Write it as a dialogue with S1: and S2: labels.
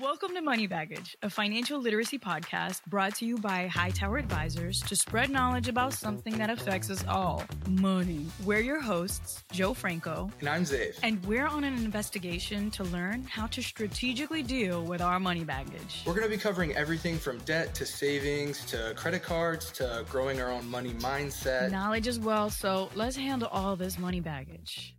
S1: Welcome to Money Baggage, a financial literacy podcast brought to you by Hightower Advisors to spread knowledge about something that affects us all money. We're your hosts, Joe Franco,
S2: And I'm Zave.
S1: and we're on an investigation to learn how to strategically deal with our money baggage.
S2: We're going to be covering everything from debt to savings to credit cards to growing our own money mindset.
S1: Knowledge is well, so let's handle all this money baggage.